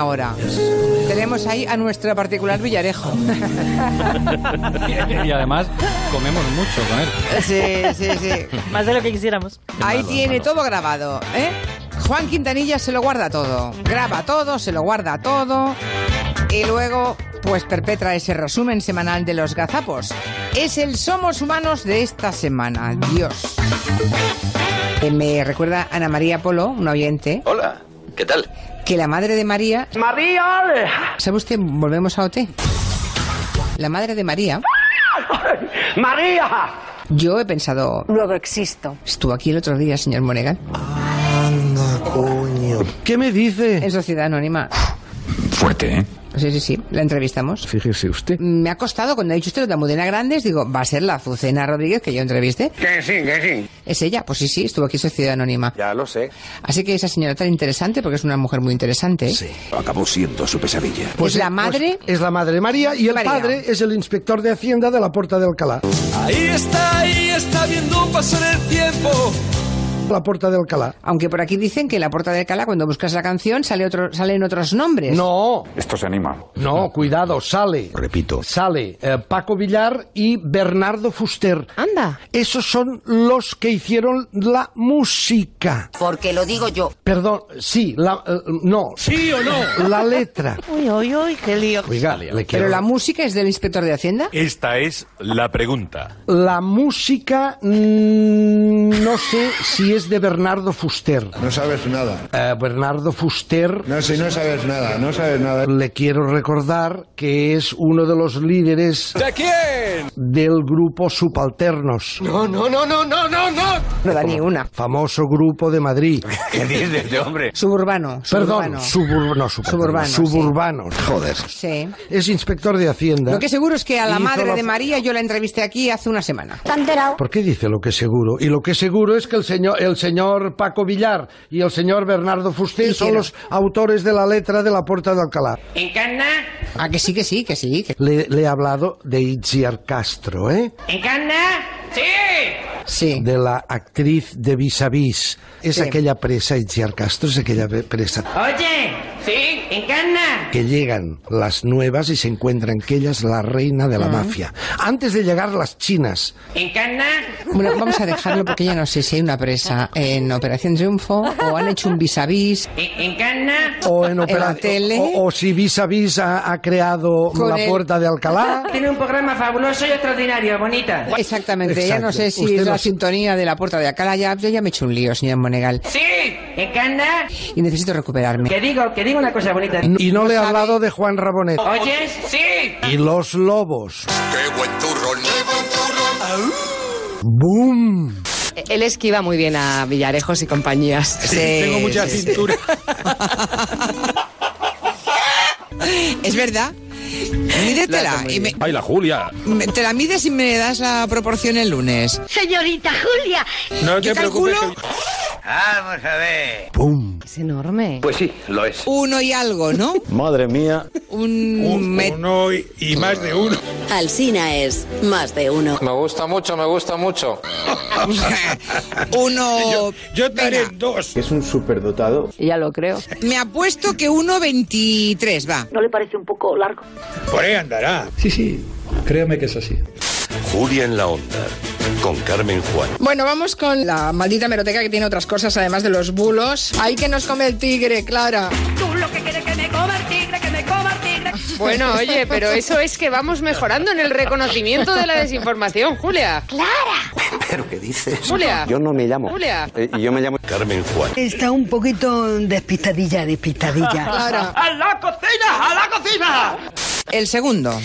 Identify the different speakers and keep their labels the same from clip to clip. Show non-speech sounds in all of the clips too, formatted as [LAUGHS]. Speaker 1: Ahora tenemos ahí a nuestra particular Villarejo.
Speaker 2: [LAUGHS] y además comemos mucho con él.
Speaker 1: [LAUGHS] Sí, sí, sí.
Speaker 3: Más de lo que quisiéramos.
Speaker 1: Ahí
Speaker 2: malo,
Speaker 1: tiene
Speaker 2: malo.
Speaker 1: todo grabado, ¿eh? Juan Quintanilla se lo guarda todo. Graba todo, se lo guarda todo. Y luego, pues perpetra ese resumen semanal de los gazapos. Es el Somos Humanos de esta semana. Dios. Que me recuerda a Ana María Polo, una oyente,
Speaker 4: Hola, ¿qué tal?
Speaker 1: que la madre de María. ¡María! ¿Sabe usted? Volvemos a OT. La madre de María.
Speaker 5: María.
Speaker 1: Yo he pensado,
Speaker 6: Luego existo.
Speaker 1: estuvo aquí el otro día, señor Monegal,
Speaker 7: ¿Qué me dice?
Speaker 1: en Sociedad Anónima.
Speaker 2: Fuerte, ¿eh?
Speaker 1: Sí, sí, sí, la entrevistamos.
Speaker 7: Fíjese usted.
Speaker 1: Me ha costado, cuando ha dicho usted lo de Almudena Grandes, digo, va a ser la Azucena Rodríguez que yo entreviste.
Speaker 5: Que sí, que sí.
Speaker 1: ¿Es ella? Pues sí, sí, estuvo aquí en Sociedad Anónima.
Speaker 4: Ya lo sé.
Speaker 1: Así que esa señora tan interesante, porque es una mujer muy interesante, ¿eh?
Speaker 4: Acabó siendo su pesadilla.
Speaker 1: es la
Speaker 7: eh,
Speaker 1: madre...
Speaker 7: pues, es la madre de María y el
Speaker 1: María.
Speaker 7: padre es el inspector de Hacienda de la Puerta de Alcalá.
Speaker 8: Ahí está, ahí está viendo pasar el tiempo.
Speaker 7: La Puerta de Alcalá.
Speaker 1: Aunque por aquí dicen que en la Puerta de Alcalá, cuando buscas la canción, sale otro, salen otros nombres.
Speaker 7: No,
Speaker 2: Esto se anima.
Speaker 7: no, cuidado, sale.
Speaker 4: Repito.
Speaker 7: Sale eh, Paco Villar y Bernardo Fuster.
Speaker 3: Anda.
Speaker 7: Esos son los que hicieron la música.
Speaker 6: Porque lo digo yo.
Speaker 7: Perdón, sí, la, eh, no. ¿Sí o no? La letra.
Speaker 3: Uy, uy, uy, qué lío.
Speaker 7: Oiga, le quiero- Eh,
Speaker 1: Pero la música es del inspector de Hacienda.
Speaker 9: Esta es la pregunta.
Speaker 5: [LAUGHS]
Speaker 7: La música, mm, no sé si es de Bernardo Fuster.
Speaker 10: No sabes nada.
Speaker 7: Eh, Bernardo Fuster,
Speaker 10: No, si no sabes nada, no sabes nada.
Speaker 7: le quiero recordar que es uno de los líderes
Speaker 8: ¿De quién?
Speaker 7: del grupo Subalternos,
Speaker 8: No, no, no, no, no, no, no.
Speaker 1: No da ni una.
Speaker 7: famoso grupo de Madrid.
Speaker 9: ¿Qué dices, hombre?
Speaker 1: [LAUGHS] Suburbano.
Speaker 7: Perdón,
Speaker 1: suburbano.
Speaker 7: suburb- no, subalternos,
Speaker 1: Suburbano,
Speaker 7: suburbanos. Joder.
Speaker 1: Sí.
Speaker 7: Es inspector de Hacienda.
Speaker 1: Lo que seguro es que a la
Speaker 7: Hizo
Speaker 1: madre
Speaker 7: la-
Speaker 1: de María yo la entrevisté aquí hace una semana.
Speaker 7: ¿Por qué dice lo que es seguro? Y lo que es seguro es que el señor, el señor Paco Villar y el señor Bernardo Fuster son
Speaker 1: Hicieron.
Speaker 7: los autores de la letra de La Puerta de Alcalá.
Speaker 5: ¿Encarna?
Speaker 1: Ah, que sí, que sí, que sí. que-
Speaker 7: Le, le he hablado de Itziar Castro, ¿eh?
Speaker 5: ¿Encarna? ¡Sí!
Speaker 1: Sí.
Speaker 7: de la actriz de Vis a Vis. Es
Speaker 1: Sí.
Speaker 7: aquella presa, Itziar Castro es aquella pre- presa.
Speaker 5: Oye, ¿sí? ¿Encarna?
Speaker 7: Que llegan las nuevas y se encuentran que ella es la reina de la mafia. Antes de llegar las chinas.
Speaker 5: ¿Encarna?
Speaker 1: Bueno, vamos a dejarlo porque ya no sé si hay una presa en Operación Triunfo o han hecho un vis a vis
Speaker 5: ¿En- ¿Encarna?
Speaker 7: [LAUGHS] O en opera-
Speaker 1: la tele.
Speaker 7: O, o si Vis a Vis ha, ha creado
Speaker 1: Con
Speaker 7: la
Speaker 1: el-
Speaker 7: puerta de Alcalá.
Speaker 5: Tiene un programa fabuloso y extraordinario, bonita.
Speaker 1: Exactamente, ya
Speaker 7: Exacto.
Speaker 1: no sé si
Speaker 7: Usted
Speaker 1: es la
Speaker 7: no-
Speaker 1: sintonía de la puerta de acá, ya, yo ya me he hecho un lío, señor Monegal,
Speaker 5: ¿Sí? ¿Encarna?
Speaker 1: y necesito recuperarme.
Speaker 5: Que digo, que digo una cosa bonita.
Speaker 7: Y no le he hablado de Juan Rabonet.
Speaker 5: ¿Oyes? ¡Sí!
Speaker 7: Y los lobos.
Speaker 8: Qué buen turrón. Qué buen turrón.
Speaker 7: ¡Boom!
Speaker 3: Él esquiva muy bien a Villarejos y compañías.
Speaker 1: Sí,
Speaker 2: Tengo mucha
Speaker 1: sí, sí.
Speaker 5: [LAUGHS]
Speaker 2: cintura.
Speaker 1: [LAUGHS] Es verdad. Mídetela. Y me-
Speaker 2: ¡Ay, la Julia!
Speaker 1: me- te la mides y me das la proporción el lunes.
Speaker 6: Señorita Julia.
Speaker 2: No
Speaker 1: Yo calculo
Speaker 5: Vamos a ver.
Speaker 7: ¡Boom!
Speaker 3: Es enorme.
Speaker 4: Pues sí, lo es.
Speaker 1: uno y algo, ¿no?
Speaker 4: Madre mía.
Speaker 1: Un, met-
Speaker 9: Uno y, y más de uno.
Speaker 6: Alsina es más de uno.
Speaker 8: Me gusta mucho, me gusta mucho.
Speaker 1: [LAUGHS] uno...
Speaker 9: [LAUGHS] Yo te haré
Speaker 1: Venga,
Speaker 9: dos.
Speaker 4: Es un superdotado.
Speaker 3: Ya lo creo.
Speaker 1: me apuesto que uno 23, va.
Speaker 6: ¿No le parece un poco largo?
Speaker 9: Por ahí andará.
Speaker 4: Julia en la onda. Con Carmen Juan.
Speaker 11: Bueno, vamos con la maldita meroteca que tiene otras cosas además de los bulos. Ay, que nos come el tigre, Clara.
Speaker 6: Tú lo que quieres que me coma el tigre, que me coma el tigre.
Speaker 3: Bueno, oye, pero eso es que vamos mejorando en el reconocimiento de la desinformación, Julia.
Speaker 4: ¿Pero qué dices?
Speaker 3: Julia.
Speaker 4: Yo no me llamo.
Speaker 3: Julia.
Speaker 4: Eh, yo me llamo Carmen Juan.
Speaker 6: Está un poquito despistadilla,
Speaker 3: [LAUGHS]
Speaker 6: despistadilla.
Speaker 11: Clara.
Speaker 5: ¡A la cocina! ¡A la cocina!
Speaker 1: El segundo.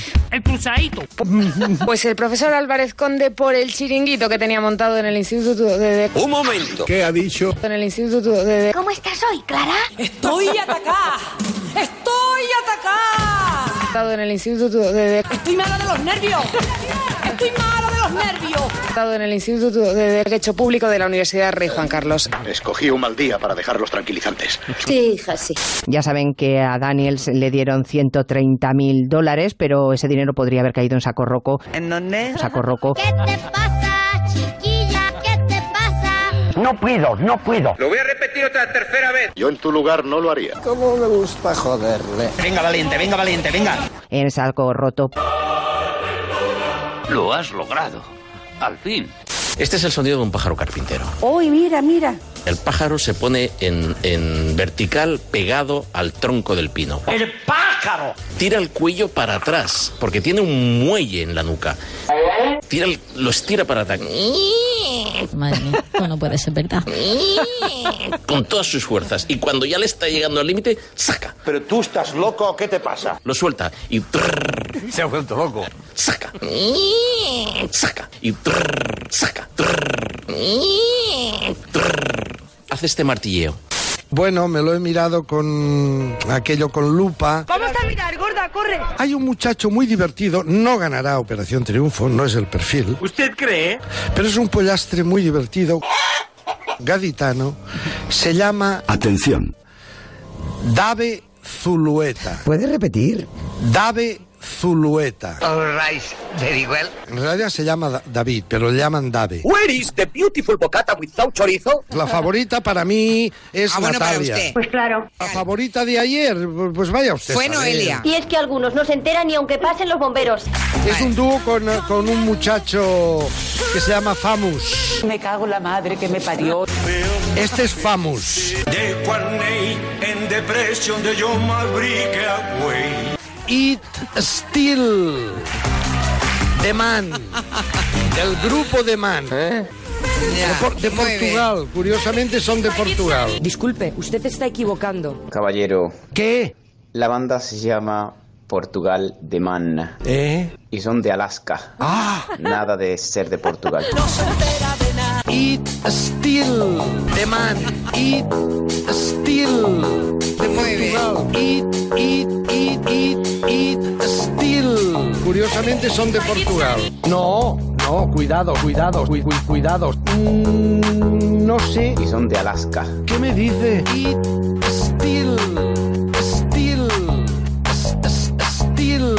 Speaker 3: Pues el profesor Álvarez Conde por el chiringuito que tenía montado en el instituto de... de-
Speaker 4: Un momento.
Speaker 9: ¿Qué ha dicho?
Speaker 3: en el instituto de... de-
Speaker 6: ¿Cómo estás hoy, Clara?
Speaker 11: Estoy atacada. Estoy atacada.
Speaker 3: montado en el instituto de... de-
Speaker 11: Estoy mala de los nervios. Estoy mala de los nervios.
Speaker 3: montado en el instituto de Derecho Público de la Universidad Rey Juan Carlos.
Speaker 4: Escogí un mal día para dejarlos tranquilizantes.
Speaker 6: Sí, hija, sí.
Speaker 3: Ya saben que a Daniels le dieron 130 mil dólares, pero ese dinero podría haber caído en saco roco. ¿En dónde? Saco roco.
Speaker 6: ¿Qué te pasa, chiquilla? ¿Qué te pasa?
Speaker 4: No puedo, no puedo.
Speaker 5: voy a repetir otra tercera vez.
Speaker 4: Yo en tu lugar no lo haría. ¿Cómo me gusta joderle?
Speaker 5: Venga, valiente, venga, valiente, venga.
Speaker 3: En saco roto.
Speaker 5: Lo has logrado. Al fin. Este es el sonido de un pájaro carpintero.
Speaker 12: Uy, mira, mira.
Speaker 5: El pájaro se pone en, en vertical pegado al tronco del pino. ¡El pájaro! Tira el cuello para atrás, porque tiene un muelle en la nuca. Tira el- lo estira para atrás,
Speaker 13: Madre mía, esto no puede ser verdad.
Speaker 5: con todas sus fuerzas. Y cuando ya le está llegando al límite, saca. ¿Pero tú estás loco o qué te pasa? Lo suelta y... Se ha vuelto loco. Saca. Saca. Y... Saca. Hace este martilleo.
Speaker 7: Bueno, me lo he mirado con aquello con lupa.
Speaker 12: ¿Cómo está mirar, gorda? Corre.
Speaker 7: Hay un muchacho muy divertido, no ganará Operación Triunfo, no es el perfil.
Speaker 5: ¿Usted cree?
Speaker 7: Pero es un pollastre muy divertido, gaditano. Se llama... Atención. Dave Zulueta. ¿Puedes repetir? Dave Zulueta.
Speaker 5: All right, very well.
Speaker 7: En realidad se llama Da- David, pero le llaman Dave.
Speaker 5: Where is the beautiful bocata without chorizo?
Speaker 7: La favorita para mí es
Speaker 5: Ah, bueno, para
Speaker 7: Natalia.
Speaker 5: usted.
Speaker 12: Pues claro.
Speaker 7: La favorita de ayer, pues vaya usted. a saber.
Speaker 12: Y es que algunos no se enteran ni aunque pasen los bomberos.
Speaker 7: Es un dúo con, con un muchacho que se llama Famus.
Speaker 12: Me cago en la madre que me parió.
Speaker 7: Este es Famus.
Speaker 8: De Quarney en depresión de John Malbrick Away.
Speaker 7: Eat Still. The Man. Del grupo The Man. De, Por- de Portugal. Curiosamente son de Portugal.
Speaker 12: Disculpe, usted está equivocando.
Speaker 14: Caballero.
Speaker 7: ¿Qué?
Speaker 14: La banda se llama Portugal de Man.
Speaker 7: ¿Eh?
Speaker 14: Y son de Alaska.
Speaker 7: Ah.
Speaker 14: Nada de ser de Portugal.
Speaker 7: Eat Still. The Man. Eat Still. De Portugal. Eat, eat, eat, eat, eat Still. Curiosamente son de Portugal. No, no, cuidado, cuidado, cu- cu- cuidado. Mm, no sé.
Speaker 14: Y son de Alaska.
Speaker 7: ¿Qué me dice? Eat Still. Still. s- s- Still.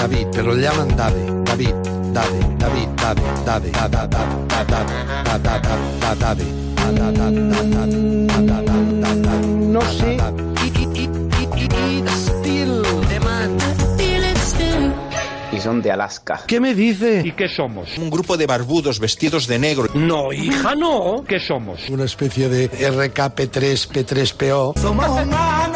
Speaker 7: David, pero le llaman David. David, David, David, David, David, David, David, No sé. Still. The Man.
Speaker 14: Y son de Alaska.
Speaker 7: ¿Qué me dice? ¿Y
Speaker 15: qué somos? Un grupo de barbudos vestidos de negro. No, hija, no. ¿Qué somos?
Speaker 7: Una especie de RKP3P3PO.
Speaker 8: Somos una